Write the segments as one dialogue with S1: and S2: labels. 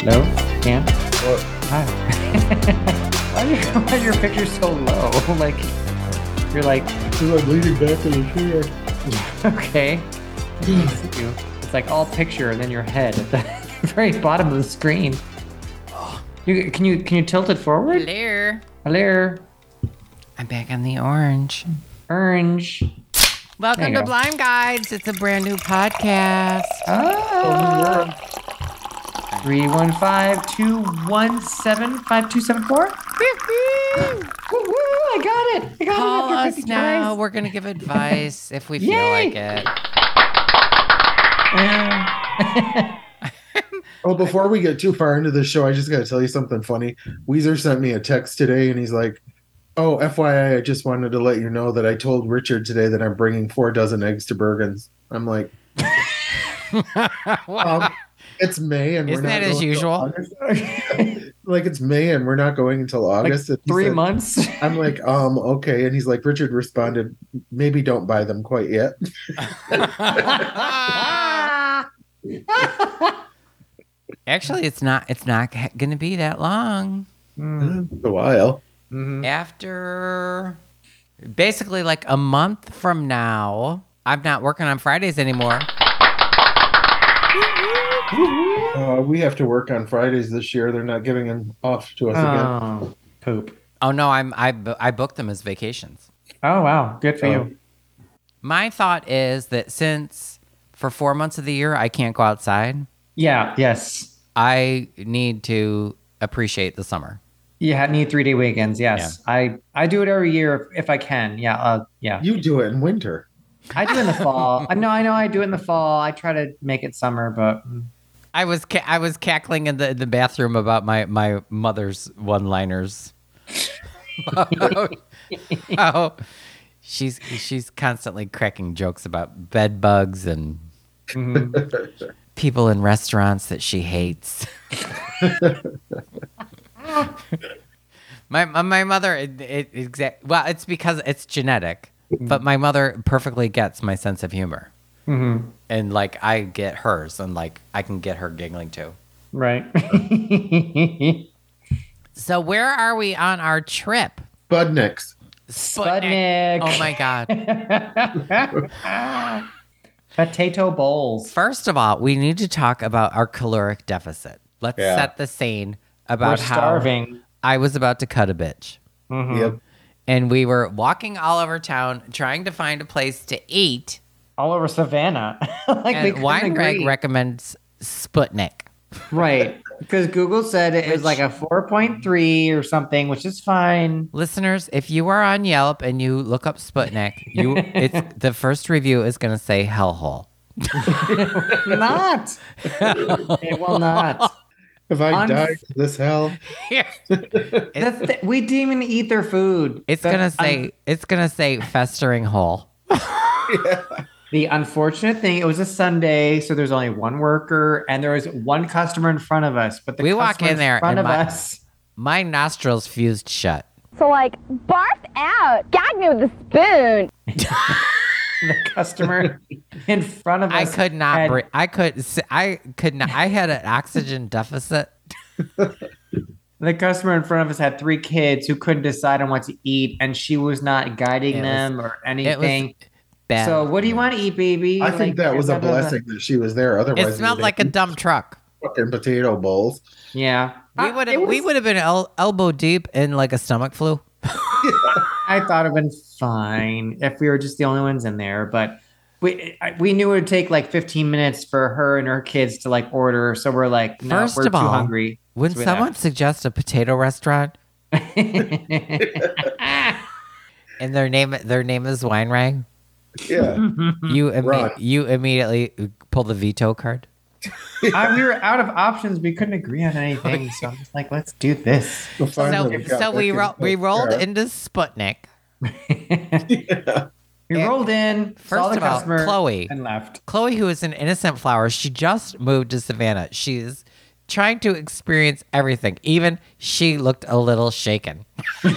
S1: Hello? Cam?
S2: What?
S1: Hi. why, are you, why are your pictures so low? like, you're like,
S2: Because I'm leaning back in the chair.
S1: okay. I can't see you. It's like all picture and then your head at the very bottom of the screen. You, can you can you tilt it forward?
S3: Hello.
S1: Hello,
S3: I'm back on the orange.
S1: orange. There
S3: Welcome
S1: you
S3: to
S1: go.
S3: Blind Guides. It's a brand new podcast.
S2: Oh,
S1: Ah. Three one five two one seven five two seven four. Woo woo! I got it. I got
S3: Call
S1: it. after
S3: us
S1: 50
S3: now.
S1: tries.
S3: We're going to give advice if we feel
S1: Yay.
S3: like it.
S2: Oh, before we get too far into the show, I just got to tell you something funny. Weezer sent me a text today and he's like, Oh, FYI, I just wanted to let you know that I told Richard today that I'm bringing four dozen eggs to Bergen's. I'm like, um, It's May and
S3: Isn't
S2: we're not
S3: that as
S2: going till
S3: usual?
S2: August." like, it's May and we're not going until
S1: like
S2: August. And he
S1: three
S2: said-
S1: months.
S2: I'm like, um, okay. And he's like, Richard responded, maybe don't buy them quite yet.
S3: Actually, it's not it's not going to be that long.
S1: Mm,
S2: It's a while.
S3: Mm-hmm.
S1: mhm.
S3: After basically like a month from now, I'm not working on Fridays anymore.
S2: Uh, we have to work on Fridays this year. They're not giving them off to us
S1: Oh,
S2: again.
S1: poop.
S3: Oh no, I'm I bu- I booked them as vacations.
S1: Oh wow, good for
S2: Oh.
S1: you.
S3: My thought is that since for four months of the year I can't go outside,
S1: Yeah. Yes.
S3: I need to appreciate the summer.
S1: Yeah, I need three day weekends. Yes, I I do it every year if, if I can. Yeah, uh, yeah.
S2: You do it in winter.
S1: I do it in the fall. I know, I know. I do it in the fall. I try to make it summer, but
S3: I was ca- I was cackling in the, the bathroom about my, my mother's one liners. oh, she's she's constantly cracking jokes about bed bugs and
S1: mhm.
S3: people in restaurants that she hates. my, my my mother it, it, exact well it's because it's genetic, but my mother perfectly gets my sense of humor,
S1: Mhm.
S3: and like I get hers, and like I can get her giggling too.
S1: right.
S3: So where are we on our trip?
S2: Budniks.
S1: Sputnik.
S3: Oh my god!
S1: Potato bowls.
S3: First of all, we need to talk about our caloric deficit. Let's
S2: Yeah.
S3: set the scene
S1: We're
S3: about how
S1: starving.
S3: I was about to cut a bitch.
S1: Mhm.
S2: Yep.
S3: and we were walking all over town trying to find a place to eat.
S1: All over Savannah. like we
S3: and
S1: couldn't
S3: Weinberg
S1: agree.
S3: recommends Sputnik.
S1: right. Because Google said it was like a 4.3 or something, which is fine.
S3: Listeners, if you are on Yelp and you look up Sputnik, you it's the first review is going to say hellhole.
S1: not. it will not.
S2: If I
S1: On-
S2: die to this hell,
S1: That's the, we didn't even eat their food.
S3: It's
S1: The-
S3: going to say
S1: un-
S3: it's going to say festering hole.
S1: the unfortunate thing. It was a Sunday, so there's only one worker, and there was one customer in front of us. But the
S3: We walk
S1: customer
S3: in there
S1: in front
S3: and
S1: of
S3: my-
S1: us.
S3: My nostrils fused shut.
S4: So like barf out, gag me with a spoon.
S1: The customer in front of us.
S3: I could not
S1: had-
S3: breathe. I could s- I could not I had an oxygen deficit.
S1: The customer in front of us had three kids who couldn't decide on what to eat, and she was not guiding
S3: It was-
S1: them or
S3: It was
S1: anything.
S3: bad.
S1: So, what do you want to eat, baby?
S2: I think
S1: Like,
S2: that was a
S1: blah, blah, blah.
S2: blessing that she was there. Otherwise,
S3: it smelled
S2: we'd
S3: like a
S2: have
S3: dumb truck.
S2: fucking potato bowls.
S1: Yeah,
S3: We
S1: Uh,
S3: would
S1: it
S3: have we
S1: was-
S3: would have been el- elbow deep in like a stomach flu.
S1: I thought it'd been fine if we were just the only ones in there, but we I- we knew it would take like 15 minutes for her and her kids to like order, so we're like, no,
S3: First
S1: we're
S3: of
S1: too
S3: all-
S1: hungry.
S3: When
S1: That's what
S3: someone
S1: happened.
S3: suggests a potato restaurant and their name their name is Wine Rag,
S2: Yeah.
S3: you imme-
S2: Run.
S3: you immediately pull the veto card.
S1: I, we were out of options. We couldn't agree on anything, so I'm just like, let's do this.
S2: So,
S3: So, so we ro- we rolled into Sputnik.
S1: We
S3: Yeah.
S1: rolled in, saw
S3: First
S1: the
S3: of all,
S1: customer,
S3: Chloe.
S1: and left.
S3: Chloe, who is an innocent flower, she just moved to Savannah. She's trying to experience everything. Even she looked a little shaken.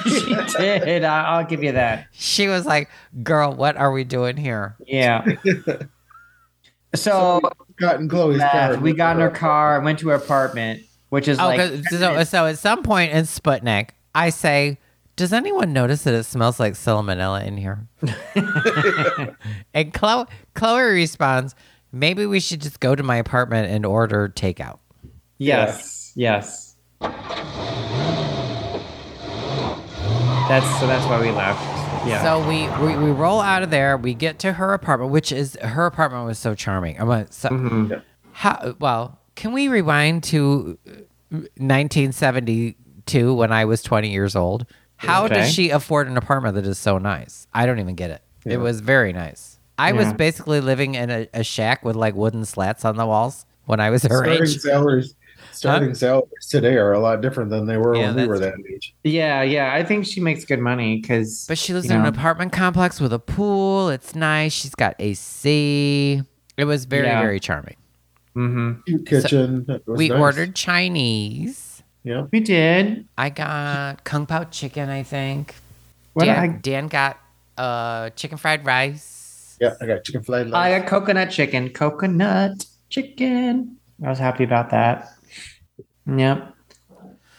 S1: she did. I, I'll give you that.
S3: She was like, "Girl, what are we doing here?"
S1: Yeah. So,
S2: Got in Chloe's
S1: left.
S3: Oh.
S2: car.
S1: we got in her car, went to her apartment, which is
S3: Oh,
S1: like
S3: 'cause- so, so at some point in Sputnik, I say, "Does anyone notice that it smells like salmonella in here?" and Chloe, Chloe responds, "Maybe we should just go to my apartment and order takeout."
S1: yes, yes. That's so. That's why we left. Yeah.
S3: So we, we we roll out of there. We get to her apartment, which is her apartment was so charming. I went so
S1: Mhm.
S3: how well can we rewind to 1972 when I was 20 years old? How
S1: Okay.
S3: does she afford an apartment that is so nice? I don't even get it.
S2: Yeah.
S3: It was very nice. I was
S1: Yeah.
S3: basically living in a, a shack with like wooden slats on the walls when I was her
S2: starting
S3: age.
S2: salaries starting salaries today are a lot different than they were
S3: Yeah,
S2: when we
S3: that's
S2: were that age.
S1: Yeah, yeah. I think she makes good money because.
S3: But she lives
S1: you
S3: in an
S1: know.
S3: apartment complex with a pool. It's nice. She's got AC. It was very,
S1: Yeah.
S3: very charming.
S1: hmm
S2: Cute kitchen. it was
S3: We
S2: nice.
S3: ordered Chinese.
S2: Yeah.
S1: We did.
S3: I got kung pao chicken, I think.
S1: What
S3: Dan,
S1: I,
S3: Dan got uh, chicken fried rice.
S2: Yeah, I got chicken fried
S1: I
S2: rice.
S1: got coconut chicken. Coconut chicken. I was happy about that. Yep.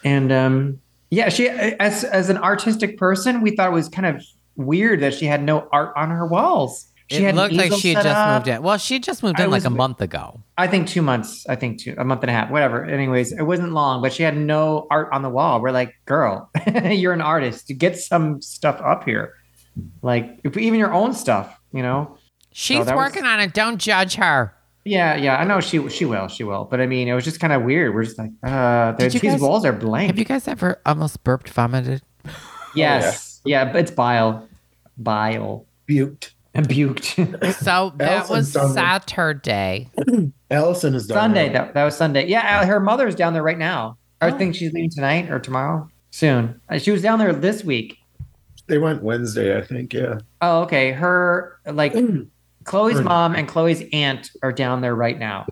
S1: And um, yeah, she as as an artistic person, we thought it was kind of weird that she had no art on her walls. She
S3: it
S1: had an
S3: looked like
S1: easel
S3: she had
S1: set
S3: just
S1: up.
S3: moved in. Well, she had just moved
S1: I
S3: in like
S1: was- Oh,
S3: a month ago.
S1: I think two months. I think two, a month and a half, whatever. Anyways, it wasn't long, but she had no art on the wall. We're like, girl, you're an artist. Get some stuff up here, like if, even your own stuff. You know?
S3: She's
S1: that was-
S3: working on it. Don't judge her.
S1: Yeah, yeah. I know she she will, she will. But I mean, it was just kind of weird. We're just like, uh, there's-
S3: you
S1: these
S3: guys-
S1: walls are blank.
S3: Have you guys ever almost burped, vomited?
S1: yes, yeah. but it's bile, bile,
S2: Butte.
S1: abuked.
S3: So that
S2: Allison's
S3: was
S2: done with-
S3: Saturday.
S2: Allison is done.
S1: Sunday
S2: now.
S1: though. That was Sunday. Yeah, uh, her mother's down there right now. I
S3: Oh.
S1: think she's leaving tonight or tomorrow soon. Uh, She was down there this week.
S2: They went Wednesday, I think. Yeah.
S1: Oh, okay. Her like Chloe's
S2: Her-
S1: mom and Chloe's aunt are down there right now.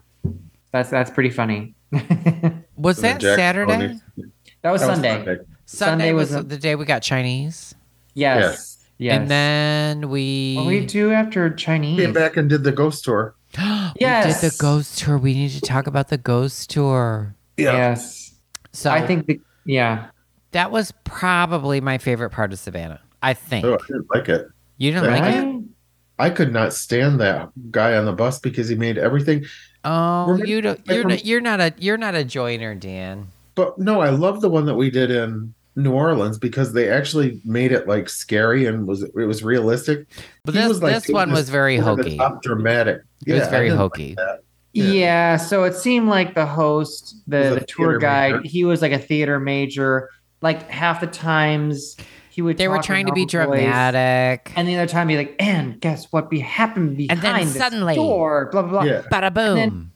S1: That's that's pretty funny. that
S3: Was
S2: So
S3: that
S2: Jack-
S3: Saturday?
S2: oh, they-
S3: Sunday,
S1: was
S2: that was
S1: Sunday. Sunday
S3: was,
S1: was a-
S3: the day we got Chinese.
S1: Yes. Yes.
S3: And then we.
S1: what do we do after Chinese?
S3: Hmm.
S2: Came back and did the ghost tour.
S1: Yes.
S3: We did the ghost tour. We need to talk about the ghost tour.
S1: Yes.
S3: So
S1: I think the, yeah.
S3: that was probably my favorite part of Savannah. I think.
S2: Oh, I didn't like it.
S3: You didn't like it?
S1: Right?
S2: I could not stand that guy on the bus because he made everything.
S3: Oh,
S2: Remember-
S3: you don't, you're
S2: remember-
S3: not, you're not a you're not a joiner, Dan.
S2: But no, I love the one that we did in New Orleans because they actually made it like scary and was it was realistic.
S3: But
S2: He
S3: this
S2: was, like,
S3: this one
S2: doing
S3: was very
S2: over the
S3: hokey.
S2: top dramatic.
S3: It was
S2: Yeah, I
S3: very
S2: didn't-
S3: hokey.
S1: Yeah.
S2: Yeah.
S1: So it seemed like the host,
S2: He was
S1: the,
S2: a
S1: the tour
S2: theater
S1: guide,
S2: major.
S1: he was like a theater major. Like half the times he would
S3: They were
S1: talk in
S3: trying to be
S1: normal voice.
S3: dramatic.
S1: And the other time, be like, and guess what be happened
S3: then
S1: behind this
S3: suddenly-
S1: door? Blah blah blah.
S2: Yeah.
S3: Bada boom.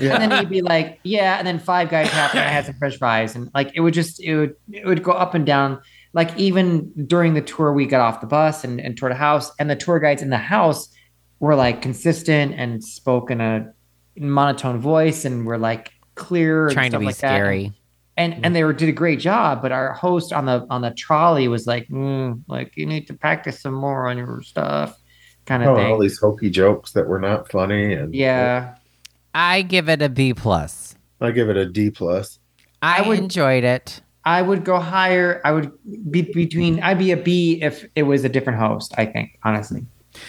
S2: Yeah.
S1: And then he'd be like, yeah. And then five guys happened. and I had some French fries, and like it would just it would it would go up and down. Like even during the tour, we got off the bus and and toured a house, and the tour guides in the house were like consistent and spoke in a monotone voice, and were like clear, and
S3: Trying to
S1: stuff
S3: be
S1: like that.
S3: scary.
S1: And and they were, did a great job, but our host on the on the trolley was like, mm, like you need to practice some more on your stuff, kind of
S2: Oh,
S1: thing.
S2: all these hokey jokes that were not funny, and
S1: Yeah.
S3: I give it a B plus.
S2: I give it a D plus.
S3: I,
S1: I would-
S3: enjoyed it.
S1: I would go higher. I would be between I'd be a B if it was a different host, I think, honestly.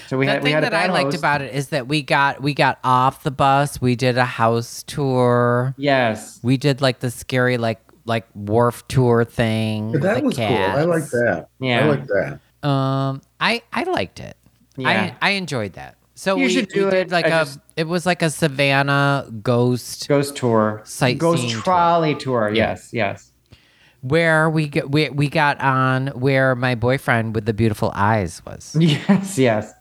S1: So we
S3: the
S1: had we
S3: thing
S1: had a
S3: that I
S1: bad
S3: liked
S1: host.
S3: about it is that we got we got off the bus. We did a house tour.
S1: Yes.
S3: We did like the scary like like wharf tour thing. with
S2: that
S3: the
S2: was cool. I like
S3: cats.
S2: that.
S1: Yeah.
S2: I like that.
S3: Um, I I liked it.
S1: Yeah.
S3: I I enjoyed that. So
S1: You
S3: we,
S1: should
S3: we
S1: do
S3: did
S1: it.
S3: like
S1: I
S3: a
S1: just-
S3: it was like a Savannah ghost
S1: Ghost tour.
S3: Sightseeing
S1: Ghost
S3: tour.
S1: trolley tour. Yes, yes.
S3: where we get we we got on where my boyfriend with the beautiful eyes was.
S1: Yes, yes.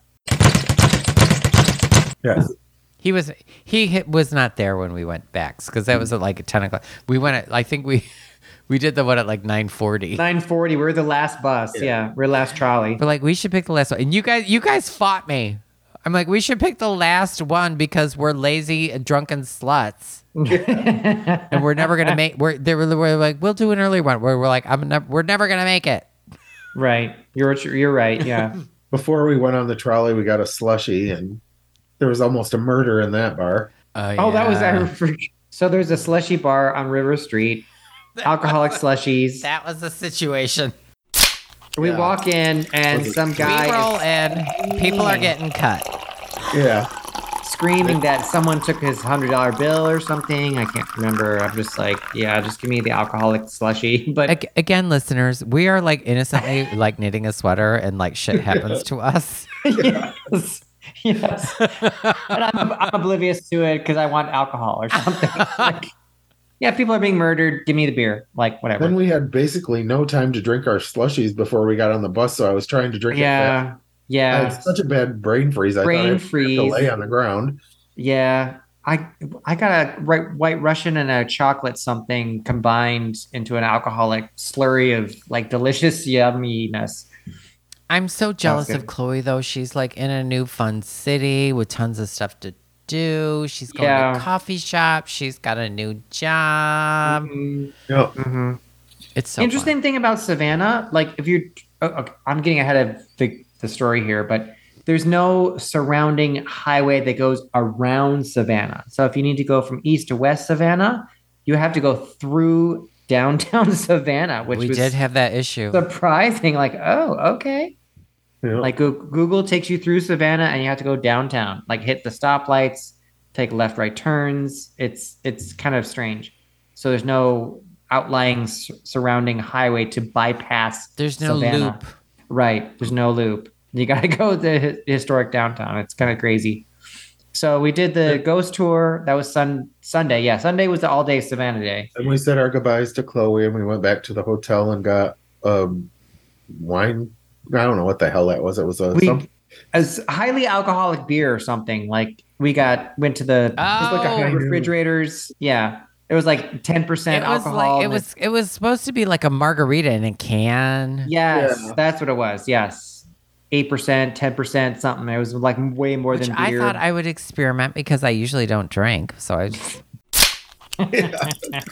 S2: Yes.
S3: He was he hit, was not there when we went back because that was at like ten o'clock. We went at I think we we did the one at like nine forty.
S1: 940. We're the last bus. Yeah. We're last trolley.
S3: We're like we should pick the last one, and you guys you guys fought me. I'm like we should pick the last one because we're lazy and drunken sluts. and we're never gonna make. We're they were, we're like we'll do an early one. We're, we're like I'm never. We're never gonna make it.
S1: Right. You're you're right. Yeah.
S2: Before we went on the trolley, we got a slushy, and there was almost a murder in that bar.
S3: Oh,
S1: Oh, that was I forget- So there's a slushy bar on River Street, alcoholic slushies.
S3: That was the situation.
S1: we
S2: Yeah.
S1: walk in and
S2: Was it
S1: some
S3: We roll
S1: guy
S3: in. People are getting cut.
S2: Yeah.
S1: is screaming that someone took his hundred dollar bill or something. I can't remember. I'm just like, yeah, just give me the alcoholic slushy. But
S3: Ag- again, listeners, we are like innocently like knitting a sweater and like shit happens to us.
S1: yes, yes. and I'm, I'm oblivious to it because I want alcohol or something. like, yeah, people are being murdered. Give me the beer. Like whatever.
S2: Then we had basically no time to drink our slushies before we got on the bus, so I was trying to drink. it fast.
S1: yeah,
S2: I
S1: yeah,
S2: had such a bad brain freeze. I
S1: Brain
S2: thought I
S1: freeze.
S2: To lay on the ground.
S1: yeah. I I got a right, white Russian and a chocolate something combined into an alcoholic slurry of like delicious yumminess.
S3: I'm so jealous
S1: Sounds
S3: of
S1: good.
S3: Chloe though. She's like in a new fun city with tons of stuff to do. She's going to
S1: Yeah.
S3: coffee shop. She's got a new job.
S1: Mhm,
S2: Yeah.
S1: mhm.
S3: It's Um, so
S1: interesting thing about Savannah, like if you, oh, okay, I'm getting ahead of the, the story here, but there's no surrounding highway that goes around Savannah. So if you need to go from east to west Savannah, you have to go through downtown Savannah,
S3: Fun.
S1: which
S3: We
S1: was
S3: did have that issue.
S1: surprising. Like, oh, okay.
S2: Yeah.
S1: Like Goo- Google takes you through Savannah, and you have to go downtown. Like hit the stoplights, take left, right turns. It's it's kind of strange. So there's no outlying s- surrounding highway to bypass.
S3: There's no
S1: Savannah.
S3: loop.
S1: Right. There's no loop. You got to go the hi- historic downtown. It's kind of crazy. So we did the ghost tour. That was sun Sunday. Yeah, Sunday was the all day Savannah day.
S2: And we said our goodbyes to Chloe, and we went back to the hotel and got um, wine. I don't know what the hell that was. It was a
S1: We
S2: some-
S1: as highly alcoholic beer or something. Like we got went to the it was like a
S3: Oh.
S1: hundred refrigerators. Yeah, it was like ten
S3: It
S1: percent
S3: was
S1: alcohol.
S3: like it
S1: and
S3: was it was supposed to be like a margarita in a can.
S1: Yes,
S2: Yeah.
S1: that's what it was. Yes, eight percent, ten percent, something. It was like way more
S3: Which
S1: than
S3: I
S1: beer.
S3: thought I would experiment because I usually don't drink. So I just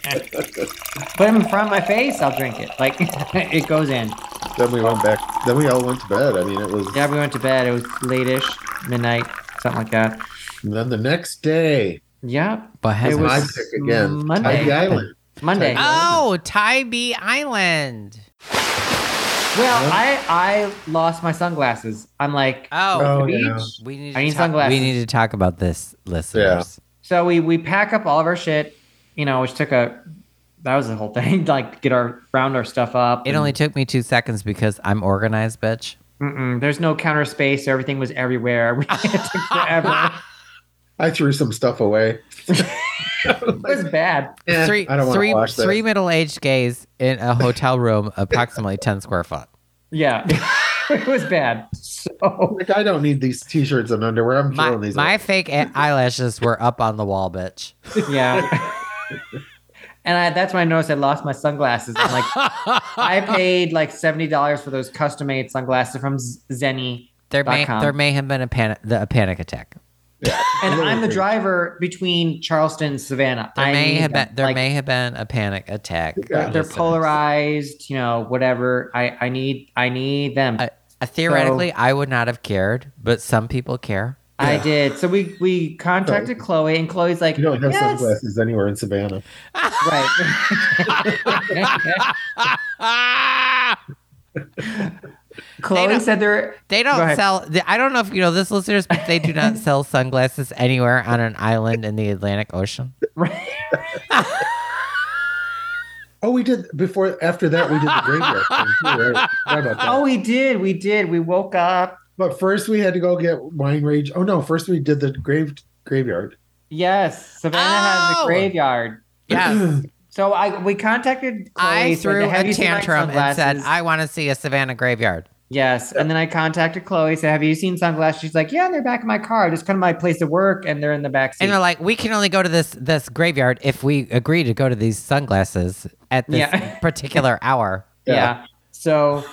S1: Put them in front of my face, I'll drink it. Like it goes in.
S2: then we went back. Then we all went to bed. I mean, it was.
S1: Yeah, we went to bed. It was late-ish, midnight, something like that.
S2: And then the next day,
S1: Yeah,
S3: but
S1: It
S3: has
S1: was
S2: my pick again.
S1: Monday.
S2: Tybee Island.
S1: Monday.
S3: Oh, Tybee Island.
S1: well, I I lost my sunglasses. I'm like
S3: Oh,
S2: Oh,
S1: the
S2: yeah.
S1: beach.
S3: we need.
S1: I
S3: to
S1: need
S3: talk-
S1: sunglasses.
S3: We need to talk about this, listeners.
S1: So we we pack up all of our shit, you know, which took a that was the whole thing, like get our round our stuff up.
S3: It only took me two seconds because I'm organized, bitch.
S1: mm-mm, there's no counter space, so everything was everywhere. We it took forever.
S2: I threw some stuff away.
S1: it was bad.
S2: Eh,
S3: Three,
S2: I don't want
S3: three,
S2: to watch that.
S3: three middle-aged gays in a hotel room, approximately ten square foot.
S1: Yeah. it was bad. So
S2: Like, I don't need these t-shirts and underwear. I'm
S3: My,
S2: throwing these.
S3: my
S2: away.
S3: fake a- eyelashes were up on the wall, bitch.
S1: yeah. And I, that's when I noticed I lost my sunglasses. I'm like, I paid like seventy dollars for those custom made sunglasses from Z- Zenny,
S3: There may,
S1: Dot com.
S3: there may have been a panic, the, a panic attack.
S1: and
S2: Literally.
S1: I'm the driver between Charleston and Savannah.
S3: There
S1: I
S3: may
S1: need
S3: have
S1: them.
S3: been, there
S1: Like,
S3: may have been a panic attack.
S2: They're-
S1: they're
S3: listeners.
S1: polarized you know whatever i i need i need them
S3: I, I- Uh, theoretically, I would not have cared, but some people care.
S1: i did so we we contacted chloe and chloe's like
S2: You don't have
S1: yes.
S2: sunglasses anywhere in Savannah.
S1: right
S3: Ah!
S1: chloe
S3: don't-
S1: said there
S3: They
S1: Go
S3: don't
S1: ahead.
S3: sell. th- I don't know if you know this, listeners, but they do not sell sunglasses anywhere on an island in the Atlantic Ocean.
S1: right
S2: Oh, we did before. After that, we did the graveyard. thing too, right? Forgot about that.
S1: oh we did we did we woke up
S2: But first, we had to go get wine rage. Oh no! First, we did the grave graveyard.
S1: yes savannah has
S3: Oh.
S1: a graveyard
S3: Yes,
S1: so i we contacted chloe
S3: I
S1: said,
S3: threw
S1: "Have
S3: a
S1: you seen my
S3: tantrum and said,
S1: sunglasses?"
S3: "I want to see a Savannah graveyard."
S1: Yes. And then I contacted Chloe, said, Have you seen sunglasses? She's like, Yeah, they're back in my car. I just come to my place of work and they're in the back seat.
S3: And they're like, "We can only go to this this graveyard if we agree to go to these sunglasses at this
S1: Yeah.
S3: particular hour."
S1: yeah.
S2: Yeah.
S1: So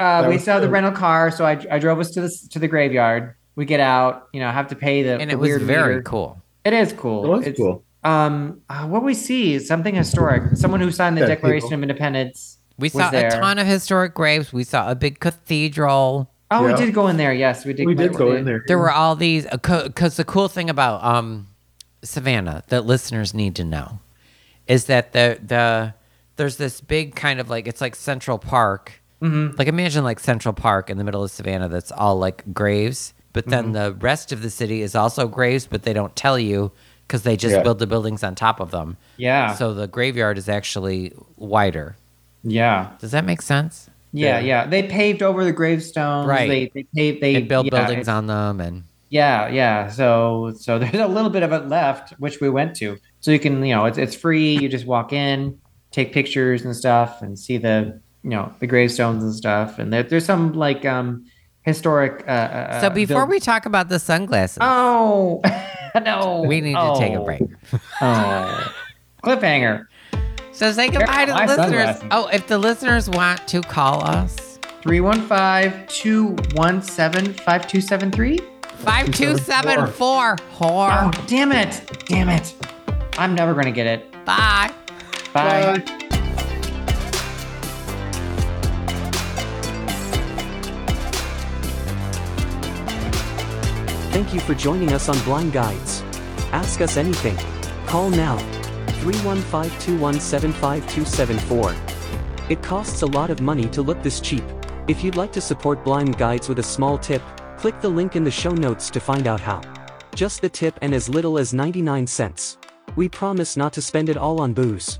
S1: uh, we
S2: was
S1: saw the
S2: good.
S1: rental car. So I, I drove us to the to the graveyard. We get out. You know, have to pay the.
S3: And
S1: the
S3: it was
S1: weird
S3: very
S1: meter.
S3: cool.
S1: It is
S2: It
S1: cool.
S2: was
S1: It's-
S2: cool.
S1: Um, uh, what we see is something historic. Someone who signed the
S2: Yeah,
S1: Declaration
S2: people.
S1: of Independence.
S3: We
S1: was
S3: saw a
S1: there.
S3: ton of historic graves. We saw a big cathedral.
S1: Oh,
S2: Yeah.
S1: we did go in there. Yes, we did.
S2: We did go in there.
S3: uh, There were all these because the cool thing about um Savannah that listeners need to know is that the the there's this big kind of like it's like Central Park.
S1: Mm-hmm.
S3: Like imagine like Central Park in the middle of Savannah that's all like graves, but
S1: Mm-hmm.
S3: then the rest of the city is also graves, but they don't tell you because they just
S2: Yeah.
S3: build the buildings on top of them.
S1: Yeah.
S3: So the graveyard is actually wider.
S1: yeah.
S3: Does that make sense?
S1: Yeah,
S2: Yeah.
S1: yeah. They paved over the gravestones.
S3: Right.
S1: They they paved they
S3: They build
S1: yeah,
S3: buildings
S1: it-
S3: on them and
S1: Yeah, yeah. So so there's a little bit of it left, which we went to. So you can, you know, it's it's free. You just walk in, take pictures and stuff, and see the you know the gravestones and stuff. And there, there's some like um historic. Uh, uh,
S3: so
S1: uh,
S3: before
S1: build-
S3: we talk about the sunglasses,
S1: oh no,
S3: we need to take a
S1: Oh.
S3: break.
S1: Oh. cliffhanger.
S3: So say goodbye to the
S1: my
S3: listeners.
S1: sunglasses.
S3: Oh, if the listeners want to call us,
S1: 315-217-5273?
S3: 5274
S1: Oh,
S3: whore.
S1: damn it. Damn it. I'm never going to get it.
S3: Bye.
S1: Bye.
S2: Bye.
S5: Thank you for joining us on Blind Guides. Ask us anything. Call now. 315-217-5274. It costs a lot of money to look this cheap. If you'd like to support Blind Guides with a small tip, click the link in the show notes to find out how. Just the tip and as little as 99 cents. We promise not to spend it all on booze.